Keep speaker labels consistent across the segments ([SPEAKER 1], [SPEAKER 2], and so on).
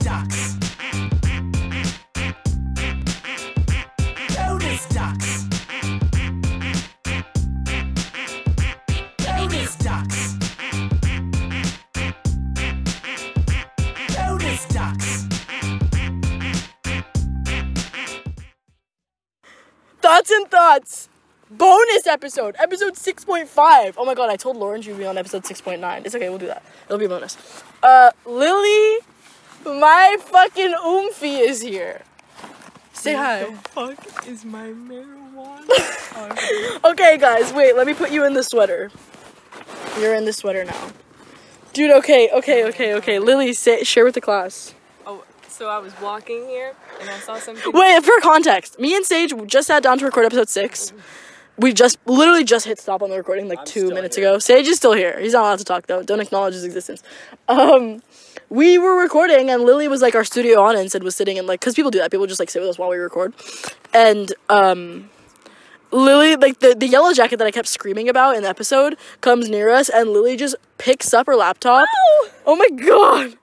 [SPEAKER 1] ducks. Bonus ducks. Bonus ducks. Bonus ducks.
[SPEAKER 2] Thoughts and thoughts. Bonus episode, episode 6.5. Oh my god, I told Lauren you'd be on episode 6.9. It's okay, we'll do that. It'll be a bonus. Uh, Lily, my fucking oomphy is here. Say hi.
[SPEAKER 3] fuck is my marijuana?
[SPEAKER 2] Okay, guys, wait, let me put you in the sweater. You're in the sweater now. Dude, okay, okay, okay, okay. Lily, say, share with the class.
[SPEAKER 3] oh, so I was walking here and I saw something.
[SPEAKER 2] Wait, for context, me and Sage just sat down to record episode six. We just literally just hit stop on the recording like
[SPEAKER 4] I'm
[SPEAKER 2] two
[SPEAKER 4] still
[SPEAKER 2] minutes
[SPEAKER 4] here.
[SPEAKER 2] ago. Sage is still here. He's not allowed to talk though. Don't acknowledge his existence. Um, we were recording and Lily was like our studio on and said was sitting in like because people do that. People just like sit with us while we record. And um, Lily like the the yellow jacket that I kept screaming about in the episode comes near us and Lily just picks up her laptop. Oh my god.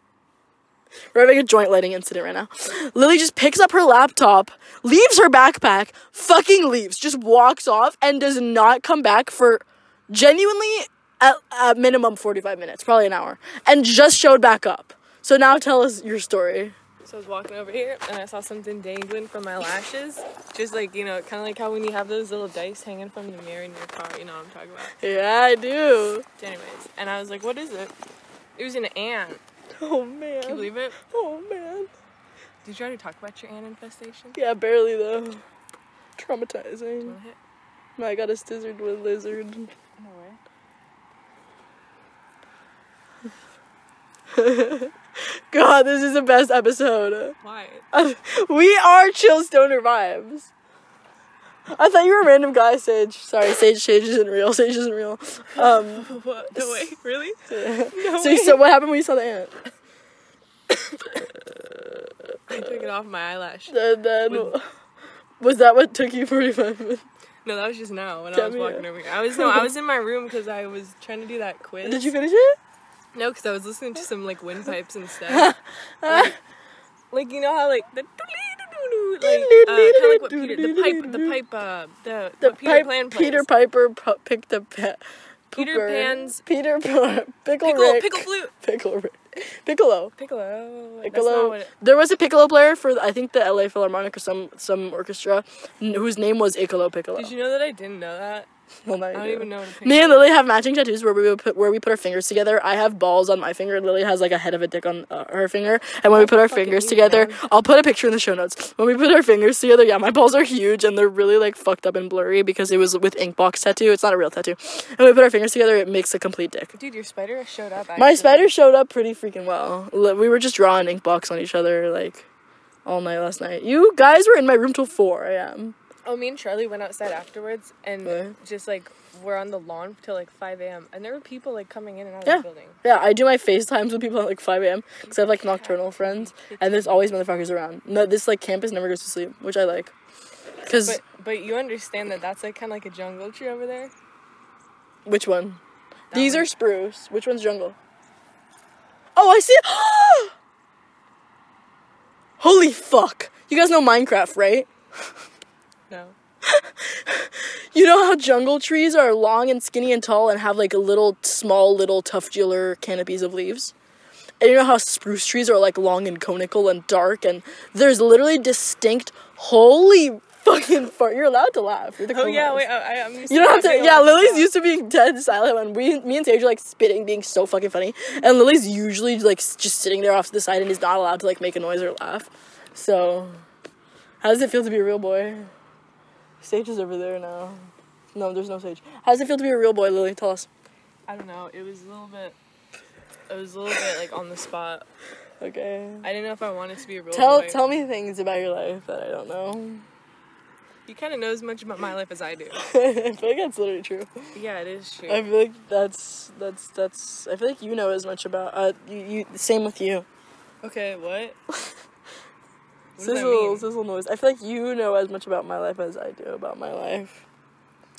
[SPEAKER 2] We're having a joint lighting incident right now. Lily just picks up her laptop, leaves her backpack, fucking leaves, just walks off, and does not come back for genuinely at, at minimum 45 minutes, probably an hour, and just showed back up. So now tell us your story.
[SPEAKER 3] So I was walking over here and I saw something dangling from my lashes. Just like, you know, kind of like how when you have those little dice hanging from the mirror in your car, you know what I'm talking about.
[SPEAKER 2] Yeah, I do.
[SPEAKER 3] Anyways, and I was like, what is it? It was an ant.
[SPEAKER 2] Oh
[SPEAKER 3] Can you
[SPEAKER 2] man.
[SPEAKER 3] believe it?
[SPEAKER 2] Oh man.
[SPEAKER 3] Did you already talk about your ant infestation?
[SPEAKER 2] Yeah, barely though. Traumatizing.
[SPEAKER 3] Wanna hit?
[SPEAKER 2] I got a scissored with lizard.
[SPEAKER 3] No way.
[SPEAKER 2] God, this is the best episode.
[SPEAKER 3] Why?
[SPEAKER 2] we are chill stoner vibes. I thought you were a random guy, Sage. Sorry, Sage. Sage isn't real. Sage isn't real. Um,
[SPEAKER 3] What? No way. Really?
[SPEAKER 2] so, so what happened when you saw the ant?
[SPEAKER 3] I took it off my eyelash.
[SPEAKER 2] Then, then was that what took you forty five minutes?
[SPEAKER 3] No, that was just now when I
[SPEAKER 2] Tell
[SPEAKER 3] was
[SPEAKER 2] me it.
[SPEAKER 3] walking over here. I was no, I was in my room because I was trying to do that quiz.
[SPEAKER 2] Did you finish it?
[SPEAKER 3] No, because I was listening to some like windpipes and stuff. like, like, you know how like the doodly-doo-doo-doo, like uh, kind of like what Peter the pipe the pipe uh the,
[SPEAKER 2] The
[SPEAKER 3] what Peter
[SPEAKER 2] pipe-
[SPEAKER 3] Pan plays.
[SPEAKER 2] Peter Piper pu- picked the pet.
[SPEAKER 3] Peter Pan's-
[SPEAKER 2] Peter Pan. Pickle,
[SPEAKER 3] pickle
[SPEAKER 2] Rick.
[SPEAKER 3] pickle flute
[SPEAKER 2] Pickle Rick. Piccolo.
[SPEAKER 3] piccolo. That's not
[SPEAKER 2] Piccolo.
[SPEAKER 3] what it-
[SPEAKER 2] There was a piccolo player for I think the LA Philharmonic or some some orchestra n- whose name was Icolo Piccolo.
[SPEAKER 3] Did you know that I didn't know that?
[SPEAKER 2] Well, now you
[SPEAKER 3] I don't
[SPEAKER 2] do.
[SPEAKER 3] even know what a piccolo.
[SPEAKER 2] Me and Lily have matching tattoos where we would put where we put our fingers together. I have balls on my finger. Lily has like a head of a dick on uh, her finger. And when we put our
[SPEAKER 3] fucking
[SPEAKER 2] fingers
[SPEAKER 3] mean,
[SPEAKER 2] together,
[SPEAKER 3] man.
[SPEAKER 2] I'll put a picture in the show notes. When we put our fingers together, yeah, my balls are huge and they're really like fucked up and blurry because it was with inkbox tattoo. It's not a real tattoo. And when we put our fingers together, it makes a complete dick.
[SPEAKER 3] Dude, your spider showed up. Actually.
[SPEAKER 2] My spider showed up pretty freaking well. Li- We were just drawing inkbox on each other like all night last night. You guys were in my room till four a.m.
[SPEAKER 3] Oh, me and Charlie went outside afterwards and
[SPEAKER 2] Really?
[SPEAKER 3] just like we're on the lawn till like 5 a.m. And there were people like coming in and out
[SPEAKER 2] Yeah.
[SPEAKER 3] of the building.
[SPEAKER 2] Yeah, I do my FaceTimes with people at like 5 a.m. because I have like nocturnal friends, and there's always motherfuckers around. No, this like campus never goes to sleep, which I like. Cause
[SPEAKER 3] But but you understand that that's like kind of like a jungle tree over there.
[SPEAKER 2] which one? These
[SPEAKER 3] one.
[SPEAKER 2] are spruce. Which one's jungle? Oh, I see. it. Holy fuck! You guys know Minecraft, right?
[SPEAKER 3] No.
[SPEAKER 2] You know how jungle trees are long and skinny and tall and have like a little small little tuftular canopies of leaves? And you know how spruce trees are like long and conical and dark and there's literally distinct holy fucking fart. You're allowed to laugh. You're the
[SPEAKER 3] Oh
[SPEAKER 2] cool
[SPEAKER 3] yeah,
[SPEAKER 2] ones.
[SPEAKER 3] wait. I, I- I'm used
[SPEAKER 2] You don't have
[SPEAKER 3] being
[SPEAKER 2] to. Yeah,
[SPEAKER 3] allowed
[SPEAKER 2] Lily's
[SPEAKER 3] laugh.
[SPEAKER 2] used to being dead silent, and we, me and Sage are like spitting, being so fucking funny. And Lily's usually like s- just sitting there off to the side and is not allowed to like make a noise or laugh. So, how does it feel to be a real boy? Sage is over there now. No, there's no Sage. How does it feel to be a real boy, Lily? Tell us.
[SPEAKER 3] I don't know. It was a little bit. It was a little bit like on the spot.
[SPEAKER 2] Okay.
[SPEAKER 3] I didn't know if I wanted to be a real
[SPEAKER 2] Tell
[SPEAKER 3] boy.
[SPEAKER 2] tell me things about your life that I don't know.
[SPEAKER 3] You kind of know as much about my life as I do.
[SPEAKER 2] I feel like that's literally true.
[SPEAKER 3] yeah, it is true.
[SPEAKER 2] I feel like that's that's that's. I feel like you know as much about. Uh, you, you same with you.
[SPEAKER 3] okay, what? what does that
[SPEAKER 2] sizzle,
[SPEAKER 3] mean?
[SPEAKER 2] sizzle noise. I feel like you know as much about my life as I do about my life.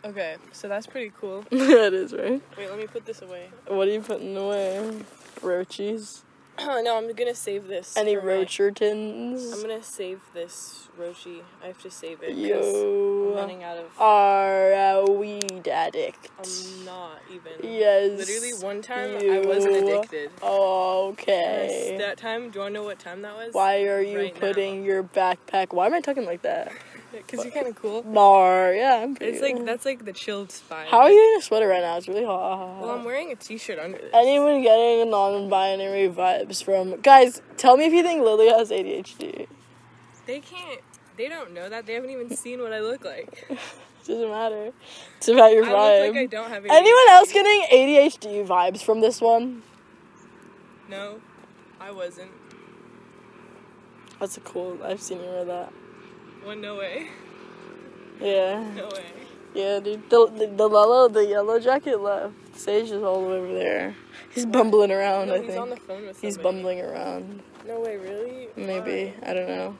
[SPEAKER 3] Okay, so that's pretty cool.
[SPEAKER 2] that is right.
[SPEAKER 3] Wait, let me put this away.
[SPEAKER 2] What are you putting away? Roaches.
[SPEAKER 3] no, I'm gonna save this.
[SPEAKER 2] Any
[SPEAKER 3] for my- I'm
[SPEAKER 2] Rochertons?
[SPEAKER 3] gonna save this, Roshi. I have to save it. 'cause I'm
[SPEAKER 2] You
[SPEAKER 3] running out of.
[SPEAKER 2] are a weed addict.
[SPEAKER 3] I'm not even.
[SPEAKER 2] yes.
[SPEAKER 3] Um, Literally one time I wasn't
[SPEAKER 2] you-
[SPEAKER 3] addicted.
[SPEAKER 2] Okay.
[SPEAKER 3] Yes, That time, do you wanna know what time that was?
[SPEAKER 2] Why are you
[SPEAKER 3] right now.
[SPEAKER 2] putting your backpack? Why am I talking like that?
[SPEAKER 3] Because you're kind of cool.
[SPEAKER 2] Mar, yeah, I'm pretty.
[SPEAKER 3] It's like that's like the chilled spine.
[SPEAKER 2] How are you in a sweater right now? It's really hot.
[SPEAKER 3] Well, I'm wearing a t-shirt under this.
[SPEAKER 2] Anyone getting non-binary vibes from guys? Tell me if you think Lily has ADHD.
[SPEAKER 3] They can't. They don't know that. They haven't even seen what I look like.
[SPEAKER 2] Doesn't matter. It's about your
[SPEAKER 3] I
[SPEAKER 2] vibe.
[SPEAKER 3] look like I don't have.
[SPEAKER 2] Anyone
[SPEAKER 3] ADHD.
[SPEAKER 2] else getting ADHD vibes from this one?
[SPEAKER 3] No, I wasn't.
[SPEAKER 2] That's a cool. I've seen you wear that.
[SPEAKER 3] Well, no way.
[SPEAKER 2] Yeah,
[SPEAKER 3] No way.
[SPEAKER 2] yeah, dude. The the, the Lolo, the yellow jacket left. Sage is all the way over there. He's bumbling around.
[SPEAKER 3] No,
[SPEAKER 2] I
[SPEAKER 3] he's
[SPEAKER 2] think
[SPEAKER 3] on the phone with
[SPEAKER 2] he's
[SPEAKER 3] somebody.
[SPEAKER 2] bumbling around.
[SPEAKER 3] No way, really?
[SPEAKER 2] Maybe.
[SPEAKER 3] Why?
[SPEAKER 2] I don't know.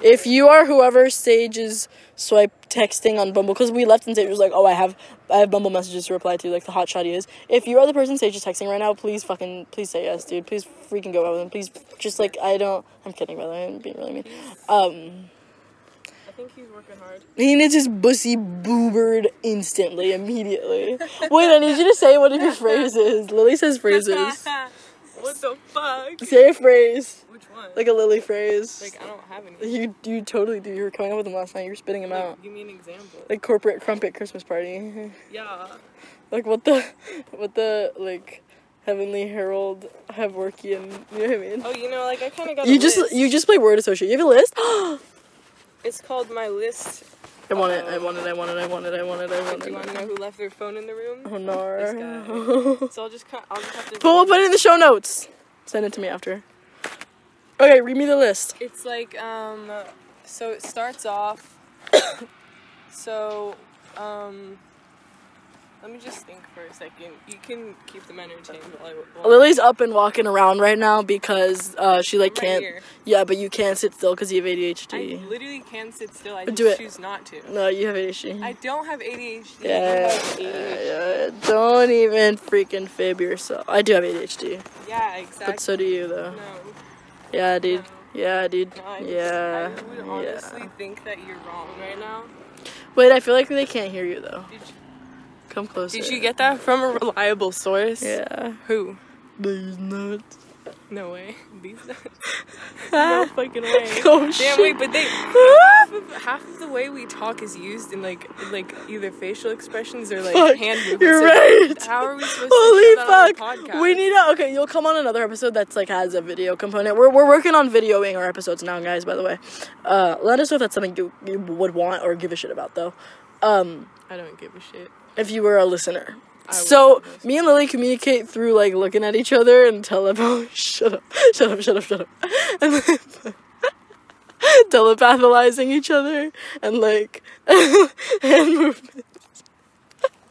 [SPEAKER 2] If you are whoever Sage's swipe texting on Bumble, because we left and Sage was like, oh, I have I have Bumble messages to reply to, like the hotshot he is. If you are the person Sage is texting right now, please fucking, please say yes, dude. Please freaking go out with him. Please, just like, I don't, I'm kidding, brother. I'm being really mean. Um,
[SPEAKER 3] I think he's working hard.
[SPEAKER 2] he needs his bussy boobered instantly, immediately. Wait, I need you to say one of your phrases. Lily says phrases.
[SPEAKER 3] what the fuck?
[SPEAKER 2] Say a phrase,
[SPEAKER 3] Which one?
[SPEAKER 2] like a Lily phrase.
[SPEAKER 3] Like, I don't have any.
[SPEAKER 2] You you totally do. You were coming up with them last night. You were spitting them out.
[SPEAKER 3] Like, give me an example.
[SPEAKER 2] Like corporate crumpet Christmas party.
[SPEAKER 3] yeah.
[SPEAKER 2] like what the what the like heavenly herald have workian you know what I mean?
[SPEAKER 3] Oh, you know, like, I kind of got
[SPEAKER 2] you
[SPEAKER 3] a
[SPEAKER 2] just
[SPEAKER 3] list.
[SPEAKER 2] you just play word associate. You have a list? I
[SPEAKER 3] It's called My List. Oh,
[SPEAKER 2] want it, I want it, I want it, I want it, I want it, I want
[SPEAKER 3] Do you want to know
[SPEAKER 2] it.
[SPEAKER 3] who left their phone in the room?
[SPEAKER 2] Oh
[SPEAKER 3] This
[SPEAKER 2] no.
[SPEAKER 3] So I'll just, kind I'll just have to.
[SPEAKER 2] but we'll put it in the show notes. Send it to me after. Okay, read me the list.
[SPEAKER 3] It's like, um, so it starts off. so, um, let me just think for a second. You can keep them entertained while I. While
[SPEAKER 2] Lily's up and walking around right now because uh, she like
[SPEAKER 3] I'm right
[SPEAKER 2] can't.
[SPEAKER 3] here.
[SPEAKER 2] Yeah, but you can't sit still because you have
[SPEAKER 3] I
[SPEAKER 2] ADHD.
[SPEAKER 3] literally can sit still. I
[SPEAKER 2] Do
[SPEAKER 3] just
[SPEAKER 2] it.
[SPEAKER 3] choose not to.
[SPEAKER 2] No, you have ADHD.
[SPEAKER 3] I don't have ADHD. I
[SPEAKER 2] Yeah,
[SPEAKER 3] don't have ADHD.
[SPEAKER 2] yeah, don't even freaking fib yourself. I do have ADHD,
[SPEAKER 3] Yeah, exactly.
[SPEAKER 2] but so do you though.
[SPEAKER 3] no,
[SPEAKER 2] Yeah, dude.
[SPEAKER 3] No.
[SPEAKER 2] Yeah, dude.
[SPEAKER 3] no, I, just,
[SPEAKER 2] Yeah,
[SPEAKER 3] I would honestly
[SPEAKER 2] yeah.
[SPEAKER 3] think that you're wrong right now.
[SPEAKER 2] Wait, I feel like they can't hear you though.
[SPEAKER 3] Did you,
[SPEAKER 2] Come closer.
[SPEAKER 3] did you get that from a reliable source?
[SPEAKER 2] Yeah.
[SPEAKER 3] Who?
[SPEAKER 2] These nuts.
[SPEAKER 3] No way. These. no fucking way.
[SPEAKER 2] Oh
[SPEAKER 3] Damn,
[SPEAKER 2] shit.
[SPEAKER 3] wait, but they half of, half of the way we talk is used in like like either facial expressions or like
[SPEAKER 2] Fuck,
[SPEAKER 3] hand movements.
[SPEAKER 2] you're
[SPEAKER 3] So
[SPEAKER 2] right.
[SPEAKER 3] How are we supposed
[SPEAKER 2] Holy
[SPEAKER 3] to do that on the
[SPEAKER 2] fuck!
[SPEAKER 3] podcast?
[SPEAKER 2] We need a okay. You'll come on another episode that's like has a video component. We're, we're working on videoing our episodes now, guys. By the way, uh, let us know if that's something you, you would want or give a shit about though. Um,
[SPEAKER 3] I don't give a shit.
[SPEAKER 2] if you were a listener.
[SPEAKER 3] was
[SPEAKER 2] So
[SPEAKER 3] a listener.
[SPEAKER 2] me and Lily communicate through like looking at each other and telepath. Shut up! Shut up! Shut up! Shut up! And then telepathalizing each other and like hand movements.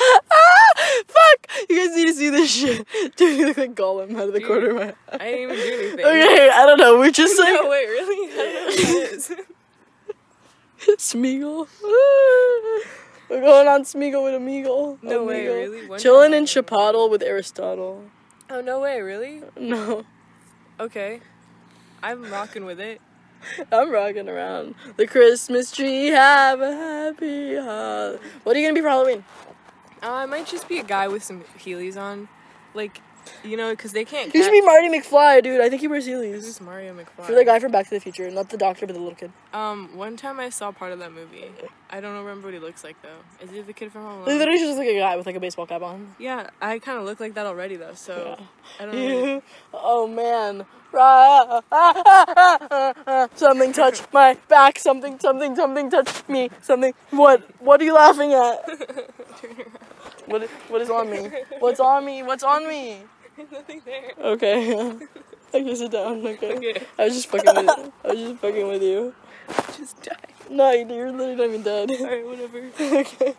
[SPEAKER 2] ah, fuck! You guys need to see this shit. Dude, you look like Gollum out of the corner of my eye.
[SPEAKER 3] I didn't even do anything.
[SPEAKER 2] Okay, I don't know. We're just like
[SPEAKER 3] No, wait, really? I don't know what that is.
[SPEAKER 2] Smeagol. We're going on Smeagol with Amigo.
[SPEAKER 3] No way,
[SPEAKER 2] Omegle.
[SPEAKER 3] really? When
[SPEAKER 2] Chilling in
[SPEAKER 3] did that
[SPEAKER 2] Chipotle with Aristotle.
[SPEAKER 3] oh, no way, really?
[SPEAKER 2] No,
[SPEAKER 3] Okay. I'm rocking with it.
[SPEAKER 2] I'm rocking around. The Christmas tree, have a happy holiday. What are you gonna be for Halloween?
[SPEAKER 3] Uh, I might just be a guy with some Heelys on. Like, you know, because they can't
[SPEAKER 2] You
[SPEAKER 3] catch-
[SPEAKER 2] should be Marty McFly, dude. I think he wears
[SPEAKER 3] Who's
[SPEAKER 2] Heelys.
[SPEAKER 3] Mario McFly?
[SPEAKER 2] You're the guy from Back to the Future, not the doctor, but the little kid.
[SPEAKER 3] Um, one time I saw part of that movie. I don't remember what he looks like though. Is he the kid from Home
[SPEAKER 2] They
[SPEAKER 3] Alone?
[SPEAKER 2] literally just look like a guy with like a baseball cap on.
[SPEAKER 3] Yeah, I kind of look like that already though. So
[SPEAKER 2] Yeah.
[SPEAKER 3] I don't know.
[SPEAKER 2] You, oh man. Something touched my back. Something, something, something touched me. Something. What? What are you laughing at? What? What is on me? What's on me? What's on me?
[SPEAKER 3] There's nothing there.
[SPEAKER 2] Okay. Okay, sit down. Okay.
[SPEAKER 3] Okay.
[SPEAKER 2] I was just fucking with you. I was just fucking with you.
[SPEAKER 3] Just die.
[SPEAKER 2] No, you- you're literally not even dead.
[SPEAKER 3] Alright, whatever.
[SPEAKER 2] okay.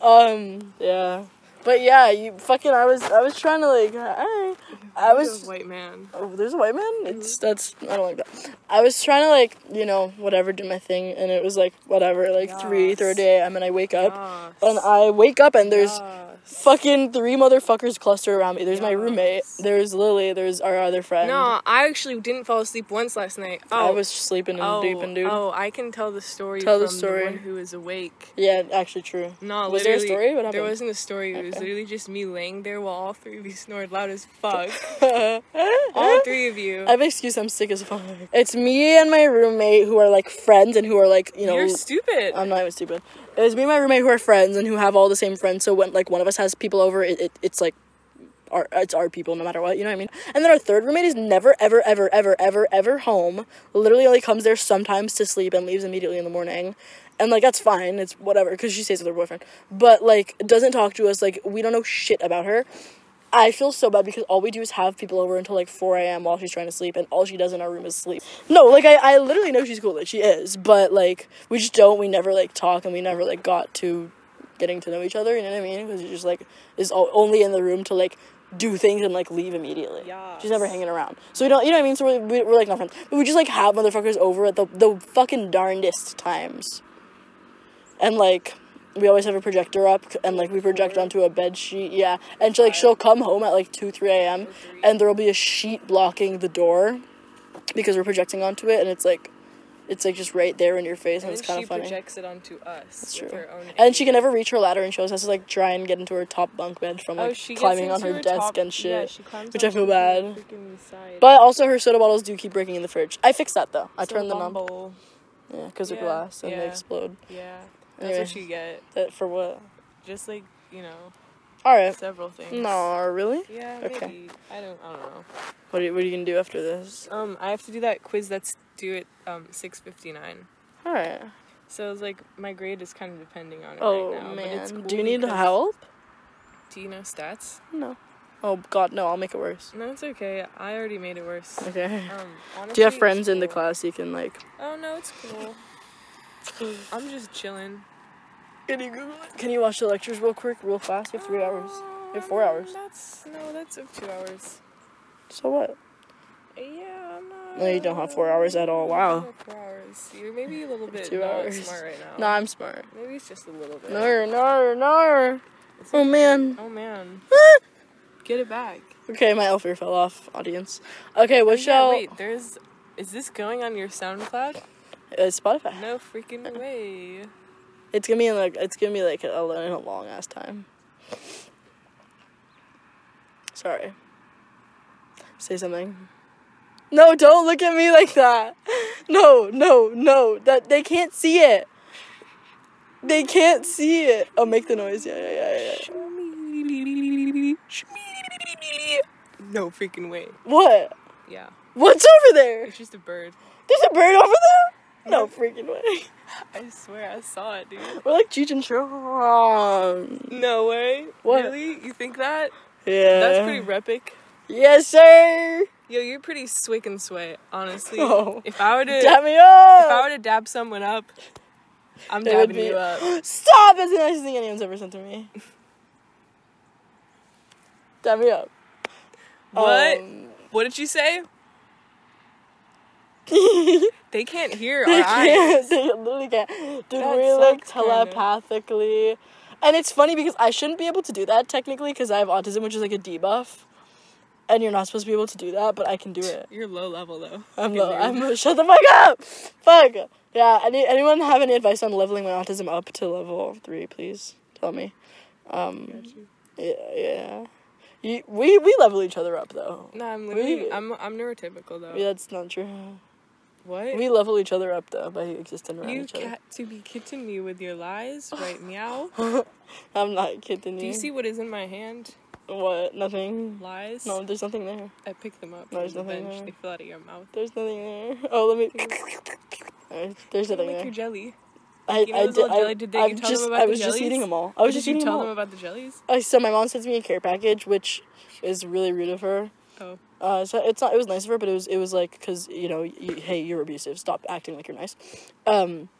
[SPEAKER 2] Um. Yeah. But yeah, you fucking. I was. I was trying to like. I. I was.
[SPEAKER 3] a white man.
[SPEAKER 2] Oh, there's a white man? It's that's I don't like that. I was trying to like, you know, whatever, do my thing and it was like whatever, like three,
[SPEAKER 3] Yes.
[SPEAKER 2] third day, and then I wake up
[SPEAKER 3] Ah,
[SPEAKER 2] and I wake up and there's
[SPEAKER 3] ah.
[SPEAKER 2] fucking three motherfuckers cluster around me. There's my
[SPEAKER 3] Yes.
[SPEAKER 2] roommate. There's Lily. There's our other friend.
[SPEAKER 3] No, I actually didn't fall asleep once last night. Oh,
[SPEAKER 2] I was sleeping in
[SPEAKER 3] oh,
[SPEAKER 2] deep and dude.
[SPEAKER 3] Oh, I can tell the story
[SPEAKER 2] Tell the
[SPEAKER 3] from
[SPEAKER 2] story.
[SPEAKER 3] one who is awake.
[SPEAKER 2] Yeah, actually true.
[SPEAKER 3] No,
[SPEAKER 2] Was there a
[SPEAKER 3] literally,
[SPEAKER 2] story? What
[SPEAKER 3] There
[SPEAKER 2] happened?
[SPEAKER 3] wasn't a story. It was
[SPEAKER 2] Okay.
[SPEAKER 3] literally just me laying there while all three of you snored loud as fuck. all three of you.
[SPEAKER 2] I have an excuse. I'm sick as fuck. It's me and my roommate who are like friends and who are like you know.
[SPEAKER 3] You're stupid.
[SPEAKER 2] I'm not even stupid. It was me and my roommate who are friends and who have all the same friends. So when like one of us has people over, it, it it's like. Our, it's our people no matter what you know what i mean and then our third roommate is never ever ever ever ever ever home literally only comes there sometimes to sleep and leaves immediately in the morning and like that's fine it's whatever because she stays with her boyfriend but like doesn't talk to us like we don't know shit about her I feel so bad because all we do is have people over until like 4 a.m. while she's trying to sleep, and all she does in our room is sleep. No, like I, I literally know she's cool, like she is, but like we just don't, we never like talk, and we never like got to getting to know each other, you know what I mean? Because she just like is o- only in the room to like do things and like leave immediately. She's never
[SPEAKER 3] Yas.
[SPEAKER 2] hanging around. So we don't, you know what I mean? So we're, we- we're like not friends. But we just like have motherfuckers over at the, the fucking darndest times. And like, we always have a projector up c- and like we project onto a bed sheet, yeah. And she like she'll come home at like two, three a.m. and there'll be a sheet blocking the door because we're projecting onto it, and it's like, it's like just right there in your face, and,
[SPEAKER 3] and then
[SPEAKER 2] it's kind
[SPEAKER 3] she
[SPEAKER 2] of funny.
[SPEAKER 3] projects it onto us. That's
[SPEAKER 2] True.
[SPEAKER 3] With her own
[SPEAKER 2] And she
[SPEAKER 3] energy.
[SPEAKER 2] can never reach her ladder, and she always has to like try and get into her top bunk bed from like
[SPEAKER 3] oh, she gets
[SPEAKER 2] climbing on
[SPEAKER 3] into
[SPEAKER 2] her, desk
[SPEAKER 3] top-
[SPEAKER 2] and
[SPEAKER 3] Yeah,
[SPEAKER 2] shit.
[SPEAKER 3] she climbs
[SPEAKER 2] which I
[SPEAKER 3] onto
[SPEAKER 2] feel
[SPEAKER 3] the
[SPEAKER 2] bad.
[SPEAKER 3] freaking side.
[SPEAKER 2] but also, her soda bottles do keep breaking in the fridge. I fixed that though. I
[SPEAKER 3] It's a
[SPEAKER 2] turned them up.
[SPEAKER 3] bumble.
[SPEAKER 2] Yeah, because they're
[SPEAKER 3] Yeah,
[SPEAKER 2] glass and they
[SPEAKER 3] yeah.
[SPEAKER 2] explode.
[SPEAKER 3] Yeah, that's
[SPEAKER 2] Anyway,
[SPEAKER 3] what you get.
[SPEAKER 2] that for what?
[SPEAKER 3] Just like you know,
[SPEAKER 2] All right.
[SPEAKER 3] several things.
[SPEAKER 2] No, really?
[SPEAKER 3] Yeah, maybe.
[SPEAKER 2] Okay.
[SPEAKER 3] I don't. I don't know.
[SPEAKER 2] What are, you- what are you gonna do after this?
[SPEAKER 3] Um, I have to do that quiz that's due at um six fifty nine.
[SPEAKER 2] All right.
[SPEAKER 3] So it's like my grade is kind of depending on it
[SPEAKER 2] Oh
[SPEAKER 3] right now. but
[SPEAKER 2] man,
[SPEAKER 3] it's cool
[SPEAKER 2] do you need
[SPEAKER 3] because-
[SPEAKER 2] help?
[SPEAKER 3] Do you know stats?
[SPEAKER 2] No. Oh God, no! I'll make it worse.
[SPEAKER 3] No, it's okay. I already made it worse. Um,
[SPEAKER 2] Okay. Do
[SPEAKER 3] honestly,
[SPEAKER 2] you have
[SPEAKER 3] it's
[SPEAKER 2] friends in the
[SPEAKER 3] cool.
[SPEAKER 2] class you can like?
[SPEAKER 3] Oh no, it's cool. I'm just chilling.
[SPEAKER 2] Can you Google it? Can you watch the lectures real quick, real fast? You have three hours.
[SPEAKER 3] Oh,
[SPEAKER 2] You have four hours.
[SPEAKER 3] That's no, that's up two hours.
[SPEAKER 2] So what?
[SPEAKER 3] Yeah, no.
[SPEAKER 2] No, you don't have four hours at all. Wow.
[SPEAKER 3] Four hours. You're maybe a little bit
[SPEAKER 2] Two
[SPEAKER 3] not
[SPEAKER 2] hours.
[SPEAKER 3] smart right now.
[SPEAKER 2] No, I'm smart.
[SPEAKER 3] Maybe it's just a little bit.
[SPEAKER 2] No, no, no. Oh man.
[SPEAKER 3] Oh man. Get it back.
[SPEAKER 2] Okay, my elf ear fell off. Audience. Okay, what shall?
[SPEAKER 3] Yeah, wait, there's. Is this going on your SoundCloud?
[SPEAKER 2] Uh, Spotify.
[SPEAKER 3] No freaking way.
[SPEAKER 2] It's gonna be in like it's gonna be like a, in a long ass time. Sorry. Say something. No, don't look at me like that. No, no, no. That they can't see it. They can't see it. Oh, make the noise. Yeah, yeah, yeah, yeah.
[SPEAKER 3] No freaking way.
[SPEAKER 2] What?
[SPEAKER 3] Yeah.
[SPEAKER 2] What's over there?
[SPEAKER 3] It's just a bird.
[SPEAKER 2] There's a bird over there? No freaking way.
[SPEAKER 3] I swear I saw it, dude.
[SPEAKER 2] We're like Cheech and Chong.
[SPEAKER 3] No way.
[SPEAKER 2] What?
[SPEAKER 3] Really? You think that?
[SPEAKER 2] Yeah.
[SPEAKER 3] That's pretty repic.
[SPEAKER 2] Yes, sir.
[SPEAKER 3] Yo, you're pretty swick and sway, honestly.
[SPEAKER 2] Oh.
[SPEAKER 3] If I were to
[SPEAKER 2] Dab me
[SPEAKER 3] if I
[SPEAKER 2] up.
[SPEAKER 3] were to dab someone up, I'm
[SPEAKER 2] It would
[SPEAKER 3] dabbing you up.
[SPEAKER 2] Stop! That's the nicest thing anyone's ever sent to me. Dab me up.
[SPEAKER 3] What?
[SPEAKER 2] Um,
[SPEAKER 3] What did you say? They can't hear
[SPEAKER 2] they
[SPEAKER 3] our
[SPEAKER 2] can't.
[SPEAKER 3] eyes.
[SPEAKER 2] They literally can't. Dude,
[SPEAKER 3] That
[SPEAKER 2] we like
[SPEAKER 3] sucks, kinda.
[SPEAKER 2] telepathically. And it's funny because I shouldn't be able to do that technically because I have autism, which is like a debuff. And you're not supposed to be able to do that, but I can do it.
[SPEAKER 3] You're low level though.
[SPEAKER 2] I'm
[SPEAKER 3] Fucking
[SPEAKER 2] low.
[SPEAKER 3] nerd.
[SPEAKER 2] I'm shut the fuck up. Fuck. Yeah. Any anyone have any advice on leveling my autism up to level three? Please tell me. Um. Yeah. Yeah. You, we we level each other up though.
[SPEAKER 3] No, I'm literally
[SPEAKER 2] We-
[SPEAKER 3] I'm I'm neurotypical though.
[SPEAKER 2] Yeah, that's not true.
[SPEAKER 3] What?
[SPEAKER 2] We level each other up though by existing around
[SPEAKER 3] you
[SPEAKER 2] each other.
[SPEAKER 3] got to be kidding me with your lies, right meow.
[SPEAKER 2] I'm not kidding you.
[SPEAKER 3] Do you see what is in my hand?
[SPEAKER 2] what? Nothing.
[SPEAKER 3] Lies.
[SPEAKER 2] No, there's nothing there.
[SPEAKER 3] I picked them up
[SPEAKER 2] No,
[SPEAKER 3] from
[SPEAKER 2] there's
[SPEAKER 3] the
[SPEAKER 2] nothing
[SPEAKER 3] bench.
[SPEAKER 2] there.
[SPEAKER 3] They fell out of your mouth.
[SPEAKER 2] There's nothing there. Oh, let me. Alright, There's nothing
[SPEAKER 3] like
[SPEAKER 2] there.
[SPEAKER 3] your jelly.
[SPEAKER 2] I,
[SPEAKER 3] you know
[SPEAKER 2] I
[SPEAKER 3] those
[SPEAKER 2] did.
[SPEAKER 3] little
[SPEAKER 2] I,
[SPEAKER 3] jelly- did they- you
[SPEAKER 2] I'm
[SPEAKER 3] tell
[SPEAKER 2] just.
[SPEAKER 3] them about
[SPEAKER 2] I
[SPEAKER 3] the
[SPEAKER 2] was just
[SPEAKER 3] jellies?
[SPEAKER 2] eating them all. I was
[SPEAKER 3] Did
[SPEAKER 2] just
[SPEAKER 3] you
[SPEAKER 2] eating
[SPEAKER 3] tell
[SPEAKER 2] all.
[SPEAKER 3] them about the jellies?
[SPEAKER 2] Uh, so my mom sends me a care package, which is really rude of her.
[SPEAKER 3] Oh.
[SPEAKER 2] Uh, so it's not. It was nice of her, but it was. It was like because you know, you, hey, you're abusive. Stop acting like you're nice. Um,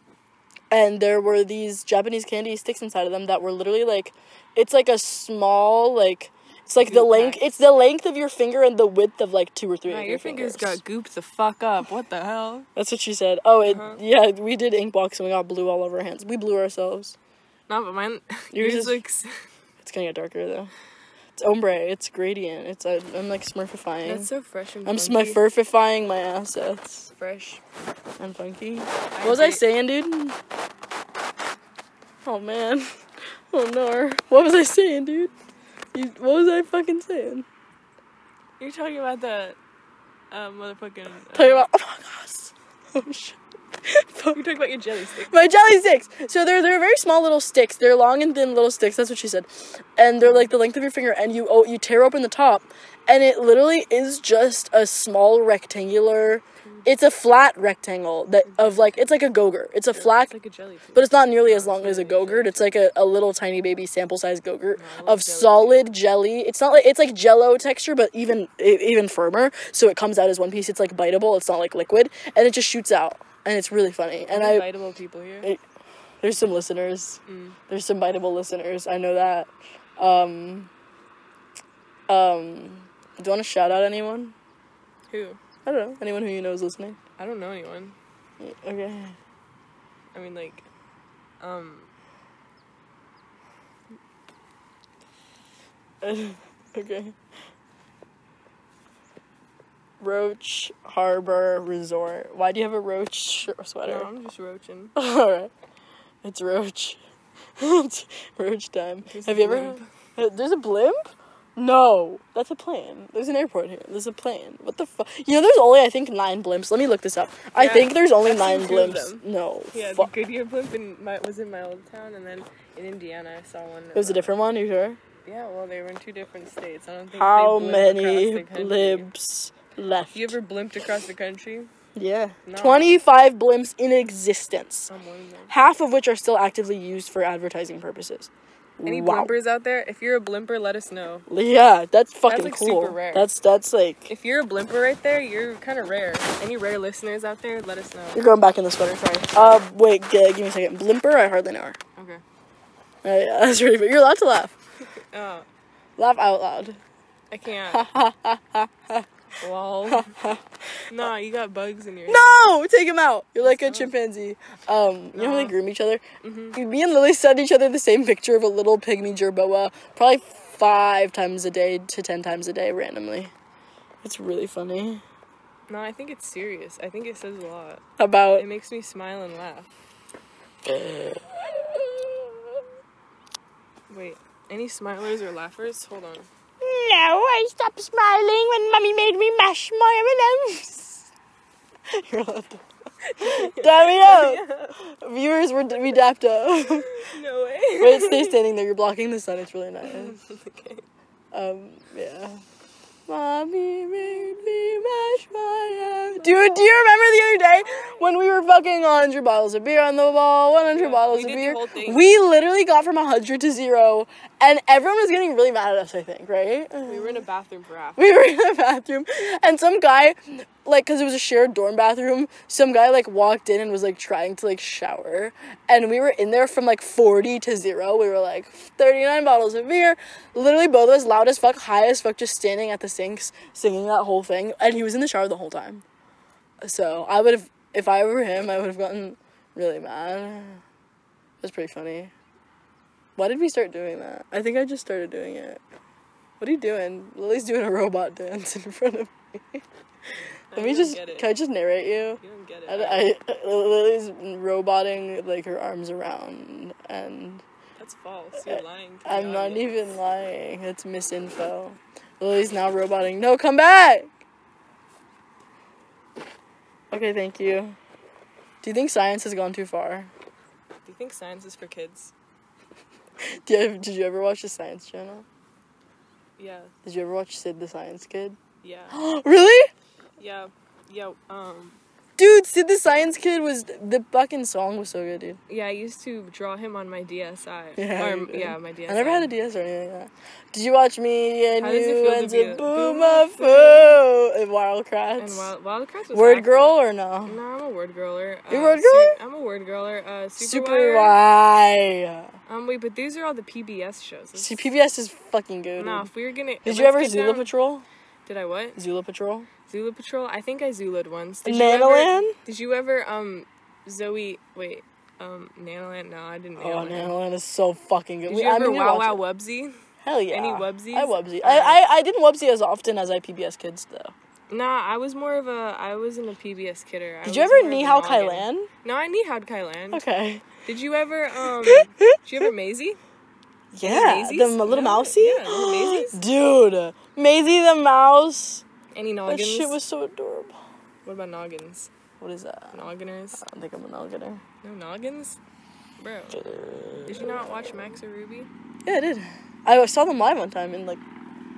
[SPEAKER 2] and there were these Japanese candy sticks inside of them that were literally like, it's like a small like. It's like the
[SPEAKER 3] Goop
[SPEAKER 2] length.
[SPEAKER 3] pack.
[SPEAKER 2] It's the length of your finger and the width of like two or three.
[SPEAKER 3] Nah,
[SPEAKER 2] of
[SPEAKER 3] your fingers
[SPEAKER 2] fingers.
[SPEAKER 3] got gooped the fuck up. What the hell?
[SPEAKER 2] That's what she said. Oh, it,
[SPEAKER 3] Uh-huh.
[SPEAKER 2] yeah, we did ink box and we got blue all over our hands. We blew ourselves.
[SPEAKER 3] No, but mine.
[SPEAKER 2] Yours
[SPEAKER 3] Yours,
[SPEAKER 2] is-
[SPEAKER 3] looks.
[SPEAKER 2] It's gonna get darker though. It's ombre. It's gradient. It's I, I'm like smurfifying.
[SPEAKER 3] That's so fresh and
[SPEAKER 2] I'm
[SPEAKER 3] funky.
[SPEAKER 2] smurfifying my assets.
[SPEAKER 3] Fresh.
[SPEAKER 2] I'm funky. What was I saying, dude? Oh man. Oh no. What was I saying, dude? You, what was I fucking saying?
[SPEAKER 3] You're talking about the uh, motherfucking. Uh,
[SPEAKER 2] Talking about Among Us. Oh shit.
[SPEAKER 3] You're talking about your jelly stick.
[SPEAKER 2] My jelly sticks. So they're they're very small little sticks. They're long and thin little sticks. That's what she said, and they're like the length of your finger. And you oh you tear open the top, and it literally is just a small rectangular. It's a flat rectangle that of like it's like a gogurt. It's a flat,
[SPEAKER 3] It's like a jelly. Stick.
[SPEAKER 2] but it's not nearly as long as a gogurt. It's like a, a little tiny baby sample size gogurt of solid jelly. It's not like it's like jello texture, but even e- even firmer. So it comes out as one piece. It's like biteable. It's not like liquid, and it just shoots out. And it's really funny. And I
[SPEAKER 3] Biteable people here.
[SPEAKER 2] It- there's some listeners.
[SPEAKER 3] Mm.
[SPEAKER 2] There's some biteable listeners. I know that. Um, um, do you want to shout out anyone?
[SPEAKER 3] Who?
[SPEAKER 2] I don't know. Anyone who you know is listening.
[SPEAKER 3] I don't know anyone.
[SPEAKER 2] Okay.
[SPEAKER 3] I mean, like, um,
[SPEAKER 2] okay. Roach Harbor Resort. Why do you have a roach sh-
[SPEAKER 3] no,
[SPEAKER 2] sweater?
[SPEAKER 3] I'm just roaching.
[SPEAKER 2] All right. It's roach. it's roach time.
[SPEAKER 3] There's
[SPEAKER 2] Have
[SPEAKER 3] a
[SPEAKER 2] you ever?
[SPEAKER 3] blimp.
[SPEAKER 2] Uh, There's a blimp? No, that's a plane. There's an airport here. There's a plane. What the fuck? You know, there's only I think nine blimps. Let me look this up. I
[SPEAKER 3] Yeah,
[SPEAKER 2] think there's only
[SPEAKER 3] I've seen
[SPEAKER 2] nine
[SPEAKER 3] two of
[SPEAKER 2] blimps.
[SPEAKER 3] them.
[SPEAKER 2] No,
[SPEAKER 3] Yeah,
[SPEAKER 2] fuck.
[SPEAKER 3] the Goodyear blimp in my, was in my old town, and then in Indiana, I saw one.
[SPEAKER 2] It was a different one. You sure?
[SPEAKER 3] Yeah, well, they were in two different states. I don't think.
[SPEAKER 2] How
[SPEAKER 3] they blimp
[SPEAKER 2] many
[SPEAKER 3] across the country.
[SPEAKER 2] blimps left?
[SPEAKER 3] You ever blimped across the country?
[SPEAKER 2] yeah,
[SPEAKER 3] No.
[SPEAKER 2] twenty-five blimps in existence.
[SPEAKER 3] I'm one of them.
[SPEAKER 2] Half of which are still actively used for advertising purposes.
[SPEAKER 3] Any
[SPEAKER 2] wow.
[SPEAKER 3] blimpers out there? If you're a blimper, let us know.
[SPEAKER 2] Yeah, that's fucking
[SPEAKER 3] like, super
[SPEAKER 2] cool.
[SPEAKER 3] rare.
[SPEAKER 2] That's that's like
[SPEAKER 3] If you're a blimper right there, you're kind of rare. Any rare listeners out there, let us know.
[SPEAKER 2] you're going back in the sweater. Sorry. Uh, wait, g- give me a second. Blimper, I hardly know her.
[SPEAKER 3] Okay.
[SPEAKER 2] Uh, yeah, that's really. But you're allowed to laugh.
[SPEAKER 3] Oh,
[SPEAKER 2] Laugh out loud.
[SPEAKER 3] I can't. Lol. nah, you got bugs in your.
[SPEAKER 2] No, take him out. You're like a chimpanzee. Um, you know how they
[SPEAKER 3] No.
[SPEAKER 2] groom each other. Me and Lily send each other the same picture of a little pygmy gerboa, probably five times a day to ten times a day randomly. It's really funny.
[SPEAKER 3] No, I think it's serious. I think it says a lot.
[SPEAKER 2] About
[SPEAKER 3] It makes me smile and laugh. Wait, any smilers or laughers? Hold on.
[SPEAKER 2] No, I stopped smiling when mummy made me mash my M&Ms. You're allowed to. Damn up. Viewers, we're, we dapped up.
[SPEAKER 3] No way.
[SPEAKER 2] Wait, stay standing there. You're blocking the sun. It's really nice.
[SPEAKER 3] okay.
[SPEAKER 2] Um, yeah. Mommy made me mash my ass. Dude, do you remember the other day when we were fucking 100 bottles of beer on the wall, 100
[SPEAKER 3] Yeah,
[SPEAKER 2] bottles
[SPEAKER 3] we
[SPEAKER 2] of
[SPEAKER 3] did the
[SPEAKER 2] beer?
[SPEAKER 3] whole thing.
[SPEAKER 2] We literally got from 100 to 0, and everyone was getting really mad at us, I think, right?
[SPEAKER 3] We were in a bathroom raft.
[SPEAKER 2] we were in the bathroom and some guy like because it was a shared dorm bathroom some guy like walked in and was like trying to like shower and we were in there from like 40 to 0 we were like 39 bottles of beer literally both of us loud as fuck high as fuck just standing at the sinks singing that whole thing and he was in the shower the whole time so i would have if i were him i would have gotten really mad it was pretty funny why did we start doing that i think i just started doing it what are you doing? Lily's doing a robot dance in front of me. Let me
[SPEAKER 3] don't
[SPEAKER 2] just.
[SPEAKER 3] get it.
[SPEAKER 2] Can I just narrate you?
[SPEAKER 3] You don't get it.
[SPEAKER 2] I, I, Lily's roboting like her arms around, and
[SPEAKER 3] That's false. You're lying. To the
[SPEAKER 2] I'm not
[SPEAKER 3] audience.
[SPEAKER 2] even lying. That's misinfo. Lily's now roboting. No, come back. Okay, thank you. Do you think science has gone too far?
[SPEAKER 3] Do you think science is for kids?
[SPEAKER 2] Do you, did you ever watch the Science Channel?
[SPEAKER 3] Yeah.
[SPEAKER 2] Did you ever watch Sid the Science Kid?
[SPEAKER 3] Yeah.
[SPEAKER 2] really?
[SPEAKER 3] yeah. Yeah. Um.
[SPEAKER 2] Dude, Sid the Science Kid was the fucking song was so good, dude.
[SPEAKER 3] Yeah, I used to draw him on my DSI.
[SPEAKER 2] Yeah,
[SPEAKER 3] Or,
[SPEAKER 2] you did.
[SPEAKER 3] yeah, my DSI.
[SPEAKER 2] I never had a DS or anything like that. Did you watch me and
[SPEAKER 3] How does it
[SPEAKER 2] you
[SPEAKER 3] feel to
[SPEAKER 2] and
[SPEAKER 3] be
[SPEAKER 2] the
[SPEAKER 3] a
[SPEAKER 2] Boomafoo and Wildcrats?
[SPEAKER 3] And Wild, Wildcrats was
[SPEAKER 2] Word
[SPEAKER 3] active.
[SPEAKER 2] girl or no?
[SPEAKER 3] No, I'm a word girler.
[SPEAKER 2] You're
[SPEAKER 3] Uh,
[SPEAKER 2] word
[SPEAKER 3] su-
[SPEAKER 2] girler?
[SPEAKER 3] I'm a word girler. Uh, Super,
[SPEAKER 2] Super
[SPEAKER 3] Wire.
[SPEAKER 2] Why?
[SPEAKER 3] Um, wait, but these are all the PBS shows. This-
[SPEAKER 2] See, PBS is fucking good.
[SPEAKER 3] No,
[SPEAKER 2] dude.
[SPEAKER 3] if we were gonna.
[SPEAKER 2] Did
[SPEAKER 3] let's
[SPEAKER 2] you ever
[SPEAKER 3] get
[SPEAKER 2] Zula
[SPEAKER 3] down-
[SPEAKER 2] Patrol?
[SPEAKER 3] Did I what?
[SPEAKER 2] Zula Patrol?
[SPEAKER 3] Zula Patrol. I think I Zula'd once. Did You
[SPEAKER 2] Nanoland?
[SPEAKER 3] ever, Oh, did you ever um, Zoe? Wait, um, Nanoland? No, I didn't.
[SPEAKER 2] Oh,
[SPEAKER 3] Nanoland.
[SPEAKER 2] Nanoland is so fucking good.
[SPEAKER 3] Did
[SPEAKER 2] We-
[SPEAKER 3] you
[SPEAKER 2] I
[SPEAKER 3] ever
[SPEAKER 2] mean, we
[SPEAKER 3] Wow
[SPEAKER 2] watch
[SPEAKER 3] Wow
[SPEAKER 2] it.
[SPEAKER 3] Wubsy?
[SPEAKER 2] Hell yeah.
[SPEAKER 3] Any websies?
[SPEAKER 2] I websy. I, I, I didn't websy as often as I PBS kids though.
[SPEAKER 3] Nah, I was more of a I wasn't a PBS kidder. I
[SPEAKER 2] Did you
[SPEAKER 3] was
[SPEAKER 2] ever
[SPEAKER 3] more of
[SPEAKER 2] knee
[SPEAKER 3] a
[SPEAKER 2] how
[SPEAKER 3] noggin.
[SPEAKER 2] Kylan?
[SPEAKER 3] No, I knee howed Kylan.
[SPEAKER 2] Okay.
[SPEAKER 3] Did you ever um did you ever Maisie?
[SPEAKER 2] Yeah.
[SPEAKER 3] Maisies?
[SPEAKER 2] The m- little
[SPEAKER 3] No,
[SPEAKER 2] mousey.
[SPEAKER 3] yeah, little Maisies.
[SPEAKER 2] Dude, Maisie the mouse.
[SPEAKER 3] Any
[SPEAKER 2] That
[SPEAKER 3] noggins?
[SPEAKER 2] shit was so adorable.
[SPEAKER 3] What about noggins?
[SPEAKER 2] What is that?
[SPEAKER 3] Nogginers?
[SPEAKER 2] I don't think I'm an alligator.
[SPEAKER 3] No noggins? Bro. Did you not watch Max or Ruby?
[SPEAKER 2] Yeah, I did. I saw them live one time in like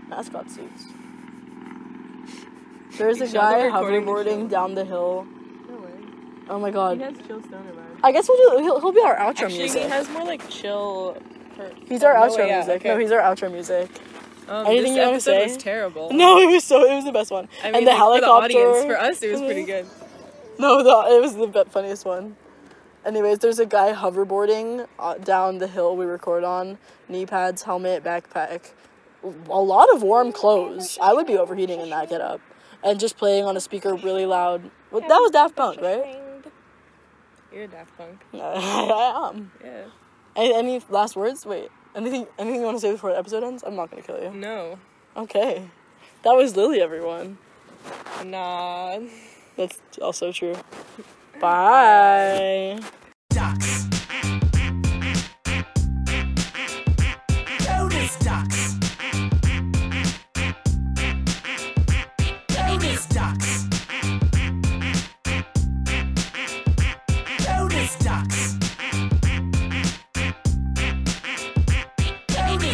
[SPEAKER 2] mascot suits. There's
[SPEAKER 3] You
[SPEAKER 2] a
[SPEAKER 3] saw
[SPEAKER 2] guy
[SPEAKER 3] them recording the show?
[SPEAKER 2] hoverboarding down the hill.
[SPEAKER 3] No way.
[SPEAKER 2] Oh my
[SPEAKER 3] He
[SPEAKER 2] god.
[SPEAKER 3] has chill stoner vibe.
[SPEAKER 2] I guess we'll do. He'll, he'll be our outro
[SPEAKER 3] Actually,
[SPEAKER 2] music.
[SPEAKER 3] he has more like chill. Per-
[SPEAKER 2] he's our
[SPEAKER 3] oh, no
[SPEAKER 2] outro
[SPEAKER 3] way, yeah,
[SPEAKER 2] music.
[SPEAKER 3] okay.
[SPEAKER 2] No, he's our outro music.
[SPEAKER 3] um,
[SPEAKER 2] anything
[SPEAKER 3] this
[SPEAKER 2] you wanna
[SPEAKER 3] episode
[SPEAKER 2] say?
[SPEAKER 3] was terrible.
[SPEAKER 2] No, it was so. It was the best one.
[SPEAKER 3] I mean,
[SPEAKER 2] and the
[SPEAKER 3] like,
[SPEAKER 2] helicopter.
[SPEAKER 3] For, the audience, for us, it was pretty good.
[SPEAKER 2] No, the, it was the be- funniest one. Anyways, there's a guy hoverboarding uh, down the hill we record on. Knee pads, helmet, backpack, a lot of warm clothes. I would be overheating in that getup, and just playing on a speaker really loud. Well, that was Daft Punk, right?
[SPEAKER 3] You're a Daft Punk.
[SPEAKER 2] I am.
[SPEAKER 3] Yeah.
[SPEAKER 2] Any, any last words? Wait, anything? Anything you want to say before the episode ends? I'm not gonna kill you.
[SPEAKER 3] No.
[SPEAKER 2] Okay, that was Lily, everyone.
[SPEAKER 3] Nah.
[SPEAKER 2] That's also true. Bye.